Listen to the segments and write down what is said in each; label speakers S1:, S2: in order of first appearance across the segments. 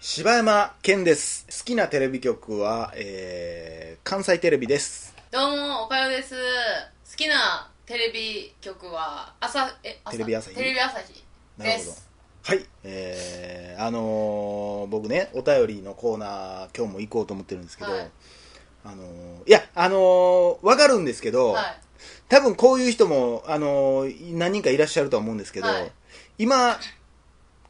S1: 柴山健です。好きなテレビ局は、えー、関西テレビです。
S2: どうも、おかよです。好きなテレビ局は、朝、え、
S1: テレビ朝日
S2: テレビ朝日
S1: なる
S2: で
S1: ほど
S2: す。。
S1: はい。えー、あのー僕ね、お便りのコーナー、今日も行こうと思ってるんですけど、
S2: はい
S1: あのーいや、あのーわかるんですけど、
S2: はい。
S1: 多分こういう人も、あのー何人かいらっしゃるとは思うんですけど、
S2: はい
S1: 今、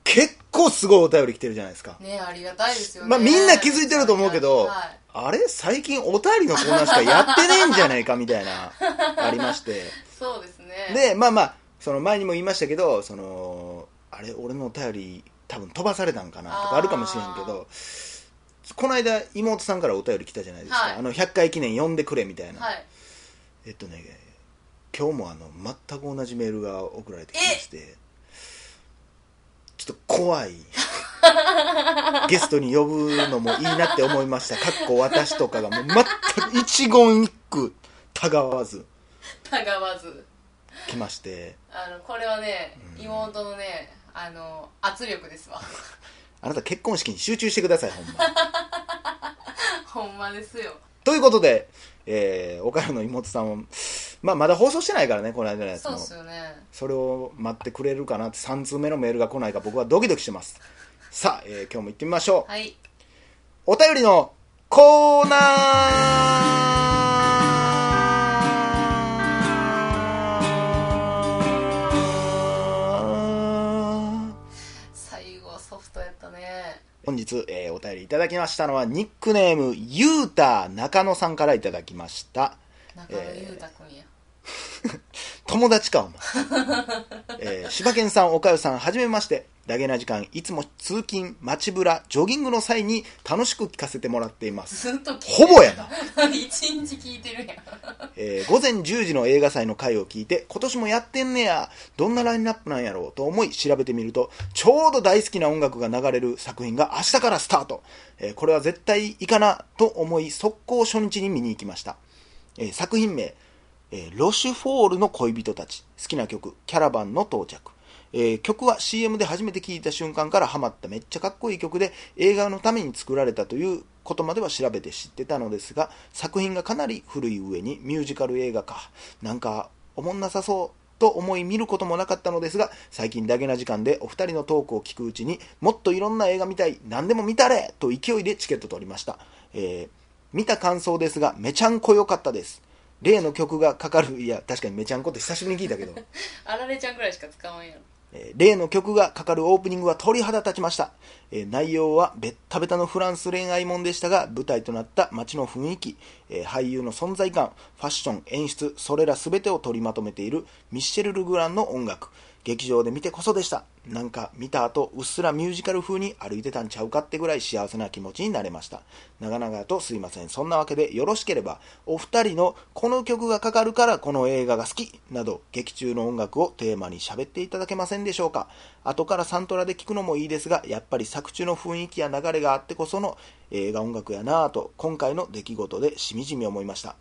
S1: 結構すごいお便り来てるじゃないですか。
S2: ねありがたいですよね。
S1: まあ、みんな気づいてると思うけど、
S2: はい
S1: あれ最近お便りのコーナーしかやってねえんじゃないかみたいなありまして
S2: そうですね。
S1: でまあまあその前にも言いましたけどそのあれ俺のお便り多分飛ばされたんかなと
S2: あ
S1: か
S2: ー
S1: あるかもしれんけどこの間妹さんからお便り来たじゃないですか、
S2: はい
S1: あの100回記念呼んでくれみたいな、
S2: はい。
S1: えっとね今日もあの全く同じメールが送られてきましてちょっと 怖いゲストに呼ぶのもいいなって思いましたかっこ私とかがもう全く一言一句たがわず
S2: たがわず。
S1: 来まして
S2: あの、これはね、
S1: うん
S2: 妹のね、あの、圧力ですわ。
S1: あなた結婚式に集中してくださいほんま
S2: ほんまですよ。
S1: ということで、えー、岡山の妹さんも、まあ、まだ放送してないからねこの間のやつ
S2: そう
S1: も
S2: っすよね。
S1: それを待ってくれるかなって3通目のメールが来ないか僕はドキドキしてますさあ、えー今日も行ってみましょう
S2: はい。
S1: お便りのコーナー
S2: 最後、ソフトやったね。
S1: 本日、えーお便りいただきましたのはニックネームゆうた中野さんからいただきました
S2: 中野裕太くんや。
S1: 友達かお前、えー、柴犬さんおかよさんはじめましてダゲな時間いつも通勤街ぶらジョギングの際に楽しく聞かせてもらっています
S2: ずっと聞いて
S1: ほぼやな
S2: な。 一日聞いてるやん。
S1: えー午前10時の映画祭の回を聞いて今年もやってんねやどんなラインナップなんやろうと思い調べてみるとちょうど大好きな音楽が流れる作品が明日からスタート、えーこれは絶対いいかなと思い速攻初日に見に行きました、えー作品名、えーロシュフォールの恋人たち」好きな曲「キャラバンの到着」えー曲は CM で初めて聴いた瞬間からハマっためっちゃかっこいい曲で映画のために作られたということまでは調べて知ってたのですが作品がかなり古い上にミュージカル映画かなんかおもんなさそうと思い見ることもなかったのですが最近だけな時間でお二人のトークを聞くうちにもっといろんな映画見たい何でも見たれと勢いでチケット取りました、えー見た感想ですがめちゃんこ良かったです例の曲がかかるいや確かにめちゃんこって久しぶりに聞いたけど
S2: あられちゃんぐらいしか使わん
S1: え
S2: やろ。
S1: ー例の曲がかかるオープニングは鳥肌立ちました、えー内容はベッタベタのフランス恋愛もんでしたが舞台となった街の雰囲気、えー俳優の存在感ファッション演出それら全てを取りまとめているミッシェル・ルグランの音楽劇場で見てこそでしたなんか見た後うっすらミュージカル風に歩いてたんちゃうかってぐらい幸せな気持ちになれました長々とすいませんそんなわけでよろしければお二人のこの曲がかかるからこの映画が好きなど劇中の音楽をテーマに喋っていただけませんでしょうか後からサントラで聞くのもいいですがやっぱり作中の雰囲気や流れがあってこその映画音楽やなぁと今回の出来事でしみじみ思いました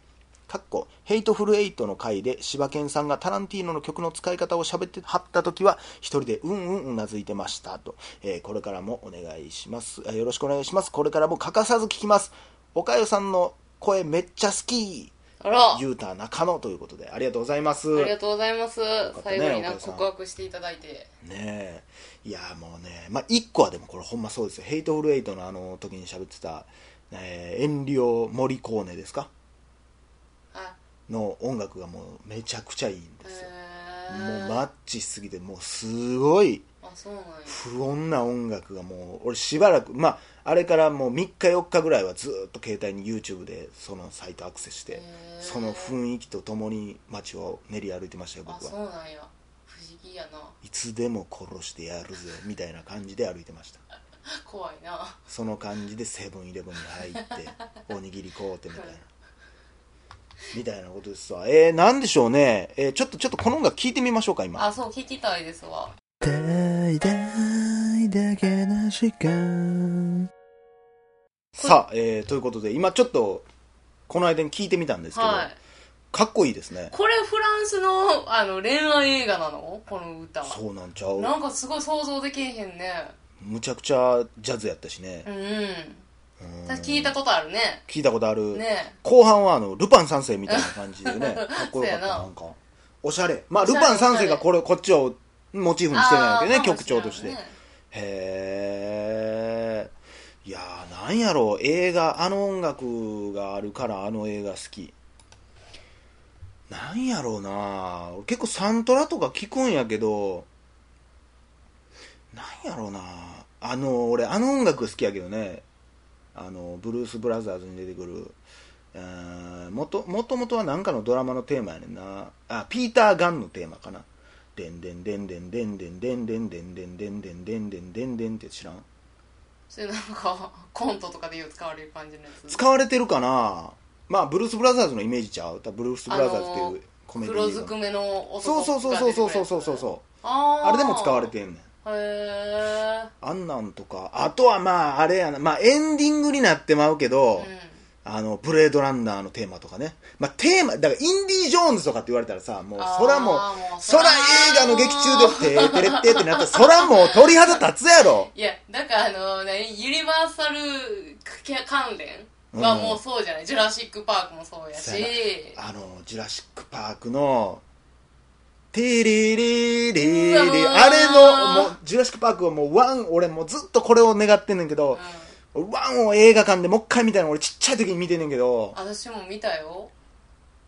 S1: かっこヘイトフルエイトの回で柴犬さんがタランティーノの曲の使い方を喋ってはった時は一人でうんうんうなずいてましたと、えーこれからもお願いしますあよろしくお願いしますこれからも欠かさず聞きますおかよさんの声めっちゃ好き
S2: あら。
S1: ゆうた中野ということでありがとうございます
S2: ありがとうございます。
S1: かったね
S2: 最後にな
S1: お母さん
S2: 告白していただいて。
S1: ねえいやもうねまあ一個はでもこれほんまそうですよヘイトフルエイトのあの時に喋ってた、えーエンリオ・モリコーネですか
S2: あ、
S1: の音楽がもうめちゃくちゃいいん
S2: へ
S1: ですよも
S2: ー
S1: うマッチしすぎてもうすごい
S2: あ、そうなんや。
S1: 不穏な音楽がもう俺しばらくまああれからもう3日4日ぐらいはずっと携帯に YouTube でそのサイトアクセスして
S2: へー
S1: その雰囲気とともに街を練り歩いてましたよ
S2: あ、
S1: 僕
S2: そう
S1: は
S2: なんや。不思議やな。
S1: いつでも殺してやるぜみたいな感じで歩いてました
S2: 怖いな。
S1: その感じでセブンイレブンに入 っておにぎり買うてみたいなみたいなことですわえー、なんでしょうね、えーちょっとちょっとこの音楽聞いてみましょうか今
S2: あ、そう、聞きたいですわ。
S3: 大大だけな時間
S1: さあ、えーということで今ちょっとこの間に聞いてみたんですけど、
S2: はい。
S1: かっこいいですね
S2: これフランスの、あの、恋愛映画なのこの歌。
S1: そうなんちゃう
S2: なんかすごい想像できへんね。
S1: むちゃくちゃジャズやったしね
S2: う、ん確か聞いたことあるね
S1: 聞いたことある、
S2: ね
S1: 後半はあのルパン三世みたいな感じで ねかっこよかった
S2: そうやな
S1: なんかおしゃれまあ
S2: おし
S1: ル
S2: ゃれ
S1: パン三世
S2: おしゃ
S1: が
S2: れ
S1: これこっちをモチーフにしてないわけね
S2: あー
S1: 曲調として、
S2: かも
S1: へえいやーなんやろう映画あの音楽があるからあの映画好きなんやろうな俺結構サントラとか聞くんやけどなんやろうなあの俺あの音楽好きやけどねあのブルース・ブラザーズに出てくるうーんもともともとは何かのドラマのテーマやねんなあピーター・ガンのテーマかな「でんでんでんでんでんでんでんでんでんでんでんでんでんでんでんでん」って知らん
S2: しれないそれなんかコントとかでよく使われる感じのやつ
S1: 使われてるかなまあブルース・ブラザーズのイメージちゃう多分ブルース・ブラザーズっていうコメディ
S2: 黒ずく
S1: ー
S2: めの
S1: そう
S2: 男
S1: そうそうそうそうそうそうそうう
S2: あー
S1: あれでも使われてんねん
S2: へえ
S1: あんなんとかあとはまああれやなまあエンディングになってまうけど、あの、ブレードランナーのテーマとかね。まあ、テーマ、だから、インディ・ジョーンズとかって言われたらさ、もう、
S2: あー
S1: 空も、
S2: もう
S1: 空映画の劇中で、てーてれってーってなったら、空も鳥肌立つやろ。
S2: いやなんかあの何ユニバーサル関連はもうそうじゃない、ジュラシック・パークもそうやし
S1: そうやあの、ジュラシック・パークの、テレレレレ
S2: うわー
S1: あれの、もう、ジュラシック・パークはもう、ワン、俺もうずっとこれを願ってんねんけ
S2: う
S1: ど
S2: ん、
S1: ワンを映画館でもう一回見たいの俺ちっちゃい時に見てんねんけど、
S2: 私も見たよ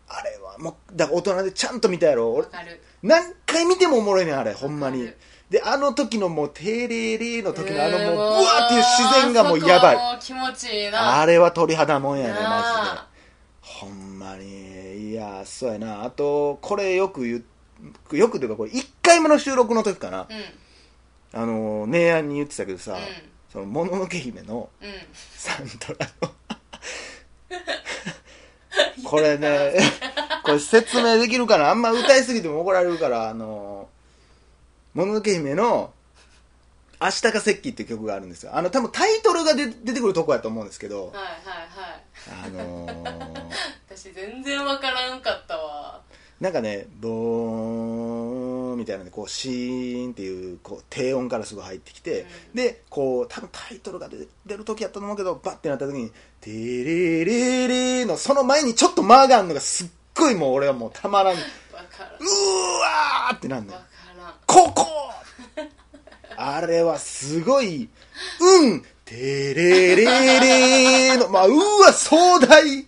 S1: あれはもう、だから大人でちゃんと見たやろ。
S2: わ
S1: 俺、
S2: かる
S1: 何回見てもおもろいねんあれほんま
S2: わ
S1: に
S2: かる
S1: であの時のもう「テレレ」の時のあのもう
S2: えー
S1: ブワーっていう自然がもうやばい
S2: そこはもう気持ちいいな
S1: あれは鳥肌もんやねマジで
S2: なあ
S1: ほんまにいやそうやなあとこれよく言うよくというかこれ1回目の収録の時かな
S2: うん
S1: あの姉やんに言ってたけどさ、
S2: うん
S1: そのもののけ姫の
S2: うん
S1: サントラのこれねこれ説明できるかなあんま歌いすぎても怒られるからあの「もののけ姫」の「明日が石器」っていう曲があるんですよあの多分タイトルがで出てくるとこやと思うんですけど
S2: はいはい
S1: あ
S2: はい
S1: のー
S2: 私全然わからんかったわ
S1: なんかね「ボーン」みたいなねこうシーンっていうこう低音からすぐ入ってきて、
S2: うん
S1: でこう多分タイトルが出出る時やったと思うけどバッてなった時に「テレレレ」のその前にちょっと間があるのがすっごいもう俺はもうたまらんう
S2: わからん
S1: ーわーってなんだよ
S2: わからん
S1: ここあれはすごい、うん、てれれれーの、まあ、うわ、壮大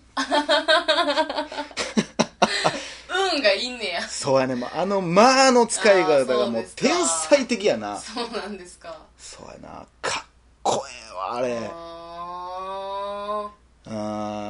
S2: 運がいいんねや
S1: そうやね、まああの、まあの使い方
S2: あー
S1: が
S2: そう
S1: もう
S2: ですか
S1: 天才的やな。
S2: そうなんですか
S1: そうやな、かっこええわ、あれ。
S2: あ
S1: あ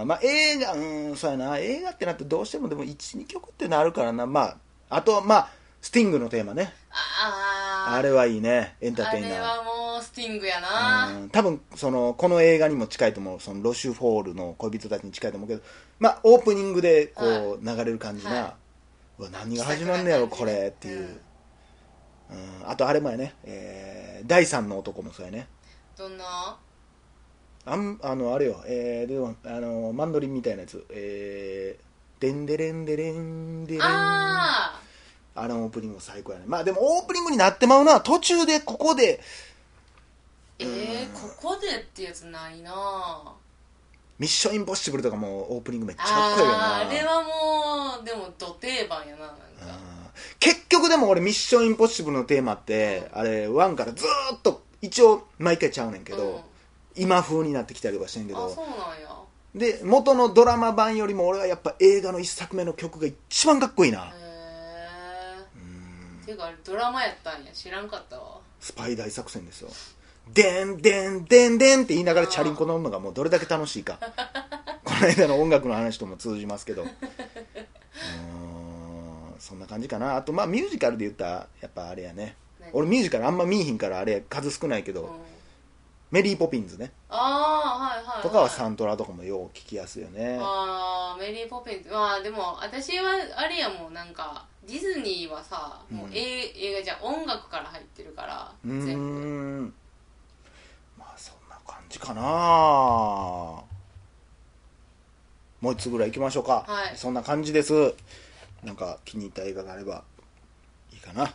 S1: ーまあ、映画、うん、そうやな、映画ってなってどうしてもでも1、2曲ってなるからな、まあ、あと、まあ、スティングのテーマね。
S2: ーあー
S1: あれはいいね、エンターテイナー。
S2: あれはもうスティングやな
S1: うん多分そのこの映画にも近いと思うそのロシュフォールの恋人たちに近いと思うけど、まあ、オープニングでこう流れる感じな、
S2: は
S1: うわ何が始まんねやろ
S2: 気
S1: こ
S2: さくな感じ
S1: れっていう、うんあとあれもやね、えー第三の男もそうやね
S2: どんな
S1: あんあのあれよ、えーでもあのマンドリンみたいなやつ「えー、でんでれんでれんでれん」
S2: ああ
S1: あのオープニングも最高やねまあでもオープニングになってまうのは途中でここで
S2: えー、ここでってやつないな
S1: 「ミッションインポッシブル」とかもオープニングめっちゃかっこいいよな
S2: あーあれはもうでもど定番やななんか
S1: 結局でも俺「ミッションインポッシブル」のテーマってあれ1からずーっと一応毎回ちゃうねんけど、今風になってきたりとかしてん
S2: う
S1: け
S2: ん、あ
S1: ど
S2: そうなんや
S1: で元のドラマ版よりも俺はやっぱ映画の一作目の曲が一番かっこいいな、
S2: へえ
S1: うん
S2: ていうかあれドラマやったんや知らんかったわ
S1: スパイ大作戦ですよでんでんでんでんって言いながらチャリンコ乗るのがもうどれだけ楽しいかこの間の音楽の話とも通じますけどうーんそんな感じかなあとまあミュージカルで言ったらやっぱあれやね
S2: ね
S1: 俺ミュージカルあんま見いひんからあれ数少ないけど、
S2: うん、
S1: メリーポピンズね
S2: ああーはいはい、はい、
S1: とかはサントラとかもよう聞きやすいよね
S2: あーメリー・ポピンズまあでも私はあれやもうなんかディズニーはさもう、
S1: うん
S2: え映画じゃ音楽から入ってるから
S1: うー
S2: 全部
S1: んまあそんな感じかなもう一つぐらい行きましょうか、
S2: はい
S1: そんな感じですなんか気に入った映画があればいいかな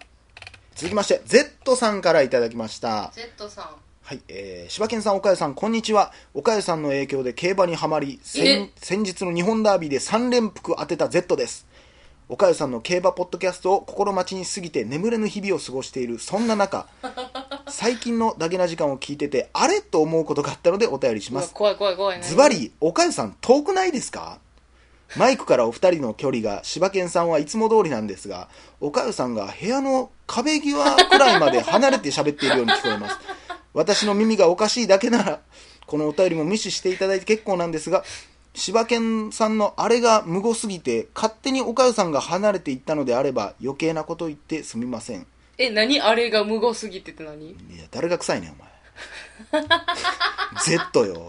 S1: 続きまして Z さんからいただきました
S2: Z さん
S1: はい、えー、柴犬さん、岡谷さん、こんにちは。岡谷さんの影響で競馬にはまり、先
S2: え
S1: 先日の日本ダービーで3連複当てた Z です。岡谷さんの競馬ポッドキャストを心待ちに過ぎて眠れぬ日々を過ごしている、そんな中、最近のダゲな時間を聞いてて、あれと思うことがあったのでお便りし
S2: う
S1: ま
S2: わ
S1: す。
S2: 怖い怖い怖い
S1: ズバリ、岡谷さん遠くないですかマイクからお二人の距離が柴犬さんはいつも通りなんですが、岡谷さんが部屋の壁際くらいまで離れて喋っているように聞こえます。私の耳がおかしいだけなら、このお便りも無視していただいて結構なんですが、柴犬さんのあれが無語すぎて、勝手に岡谷さんが離れていったのであれば、余計なこと言ってすみません。
S2: え何あれが無語すぎてって
S1: い
S2: 何
S1: や、誰が臭いねん、お前。Z よ。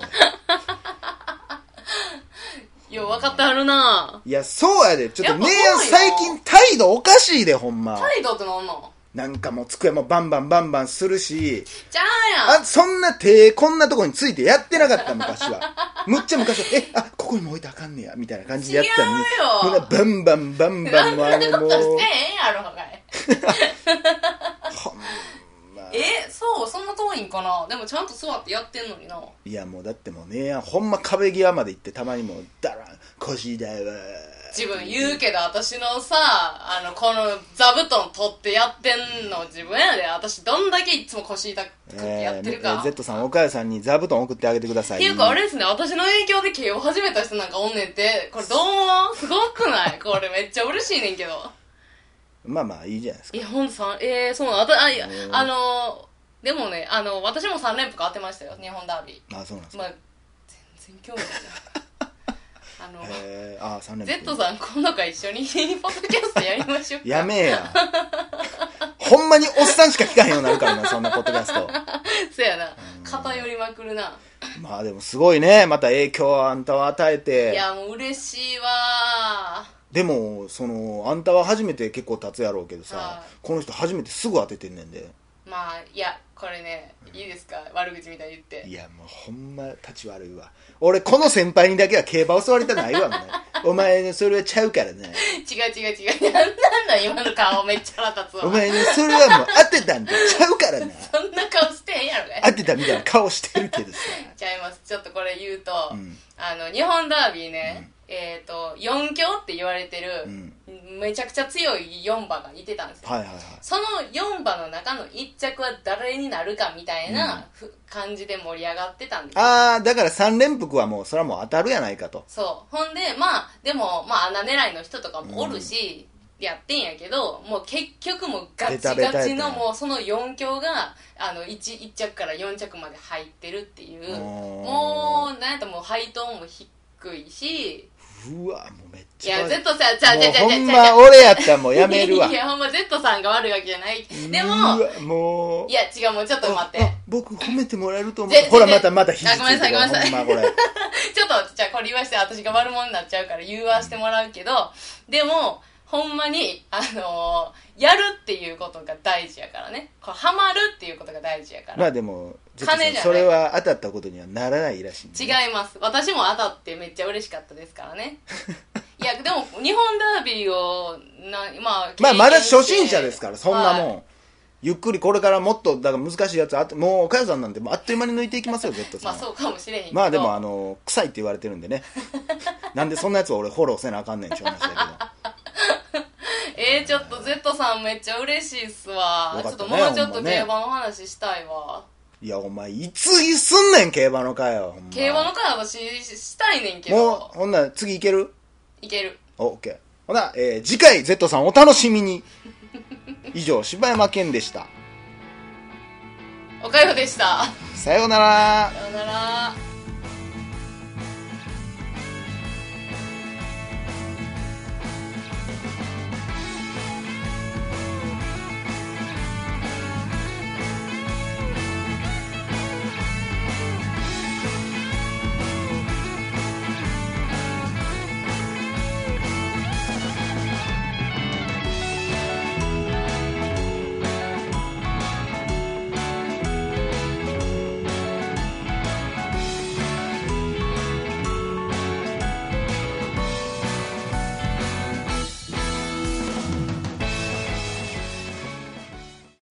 S2: よう分かってはるない
S1: や、そうやで。ちょっと、
S2: やっぱ
S1: 姉
S2: そうよ
S1: やん最近態度おかしいで、ほんま。
S2: 態度ってなんなん
S1: なんかもう机もバンバンバンバンするし、
S2: じゃあやん
S1: あ、そんな手、こんなとこについてやってなかった、昔 は。むっちゃ昔は、え、あ、ここにも置いてあかんねや、みたいな感じでやってたのに
S2: 違うよ
S1: もうねバンバンバンバン、もうあの、もう
S2: そ、して ええやろかい
S1: ほんま。
S2: えそうそんな遠いんかなでもちゃんと座ってやってんのにない
S1: や、もうだってもう姉やん、ほんま壁際まで行って、たまにもう、だらん、腰だわ。
S2: 自分言うけど私のさあのこの座布団取ってやってんの自分やで私どんだけいつも腰痛くてやってるか、
S1: えー Z さん、岡谷さんに座布団送ってあげてください。
S2: っていうかあれですね私の影響で慶応始めた人なんかおんねんってこれどうもすごくないこれめっちゃ嬉しいねんけど
S1: まあまあ、いいじゃないですか
S2: い。やほんとさんえー、そうなんあたあいや
S1: うん
S2: あのーでもねあの私も3連覇当てましたよ日本ダービ
S1: あ、そうなんですか。
S2: ーまあ全然興 味ないなあの
S1: えー、あ、3連
S2: Z さん今度から一緒にポッドキャストやりましょうか
S1: やめえや。ほんまにおっさんしか聞かへんようになるからな、そんなポッドキャスト。
S2: そうやな偏りまくるな
S1: まあでもすごいね、また影響をあんたは与え
S2: い
S1: て。
S2: やもう嬉しいわ
S1: でも、その、あんたは初めて結構経つやろうけどさ
S2: は、
S1: この人初めてすぐ当ててんねんで。
S2: ーまあいやこれねいいですか悪口みたいに言って
S1: いや、もうほんま立ち悪いわ。俺、この先輩にだけは競馬教わりたないわ、もうね お前ね、それはちゃうからね。
S2: 違う違う違う。 なんなんだ今の顔めっちゃ腹立つわ。
S1: お前ね、それはもう当てたんだ。ちゃうからな。
S2: そんな顔してへんやろね。
S1: 当てたみたいな顔してるけどさ。
S2: ちゃいます。ちょっとこれ言うと、
S1: うん
S2: あの、日本ダービーね、えっ、と、4強って言われてる、めちゃくちゃ強い4馬がいてたんですよ。
S1: はいはいはい。
S2: その4馬の中の1着は誰になるかみたいなふ、感じで盛り上がってたんですよ
S1: あー、だから3連複はもう、それはもう当たるやないかと。
S2: そう。ほんで、まあ、でも、まあ、穴狙いの人とかもおるし、やってんやけど、もう結局もうガチ
S1: ベタベタや
S2: ガ
S1: った
S2: チ
S1: ね
S2: のもうその4強が、あの、1、一着から4着まで入ってるっていう、
S1: ー
S2: もう、なんやったらもう配当も低いし、
S1: うわもうめっ
S2: い
S1: ちゃ
S2: や、
S1: 悪い
S2: Z さん、ちゃうちゃうちゃ
S1: もうほ
S2: うちゃうんちゃうちゃ
S1: ま俺やったらもうやめるわ
S2: う いや、ほんま Z さんが悪いわけじゃない。で
S1: う
S2: も、
S1: わもう
S2: いや、違う、もうちょっと待って
S1: あ。僕褒めてもらえると思
S2: ぜ
S1: うほら
S2: ぜぜ
S1: またまた肘ついて
S2: あごめんなさいごめんなさい
S1: ほんまこれ
S2: ちょっと、じゃあこれ言わして、私が悪者になっちゃうから言わしてもらうけど、でも、ほんまに、あのーやるっていうことが大事やからね。これハマるっていうことが大事やから。
S1: まあでも絶
S2: 金じゃない
S1: それは当たったことにはならないらしいんで
S2: 違います。私も当たってめっちゃ嬉しかったですか らね。いや、でも、日本ダービーを、な、まあ、
S1: まあまだ初心者
S2: 経験して
S1: ですからそんなもん、
S2: はい
S1: ゆっくりこれからもっとだから難しいやつあってもうお母さんなんてもうあっという間に抜いていきますよ Z さ
S2: ま
S1: ん
S2: あ、そうかもしれへんけど。
S1: まあでもあの臭いって言われてるんでねなんでそんなやつを俺フォローせなあかんねんって話だけど
S2: えー、ちょっと Z さんめっちゃ嬉しいっすわ。
S1: よか
S2: ちょ
S1: っ
S2: ったと
S1: ね
S2: もうちょっ
S1: ほん
S2: と
S1: まね
S2: 競馬の話したいわ。
S1: いやお前いついすんねん競馬の会はほんま
S2: 競馬の会私したいねんけ
S1: も
S2: ど
S1: う、。ほんなら次いける
S2: いける。
S1: お、OK。ほな、えー、次回 Z さんお楽しみに。以上、柴山健でした。
S2: おかよでした。
S1: さようなら。
S2: さようなら。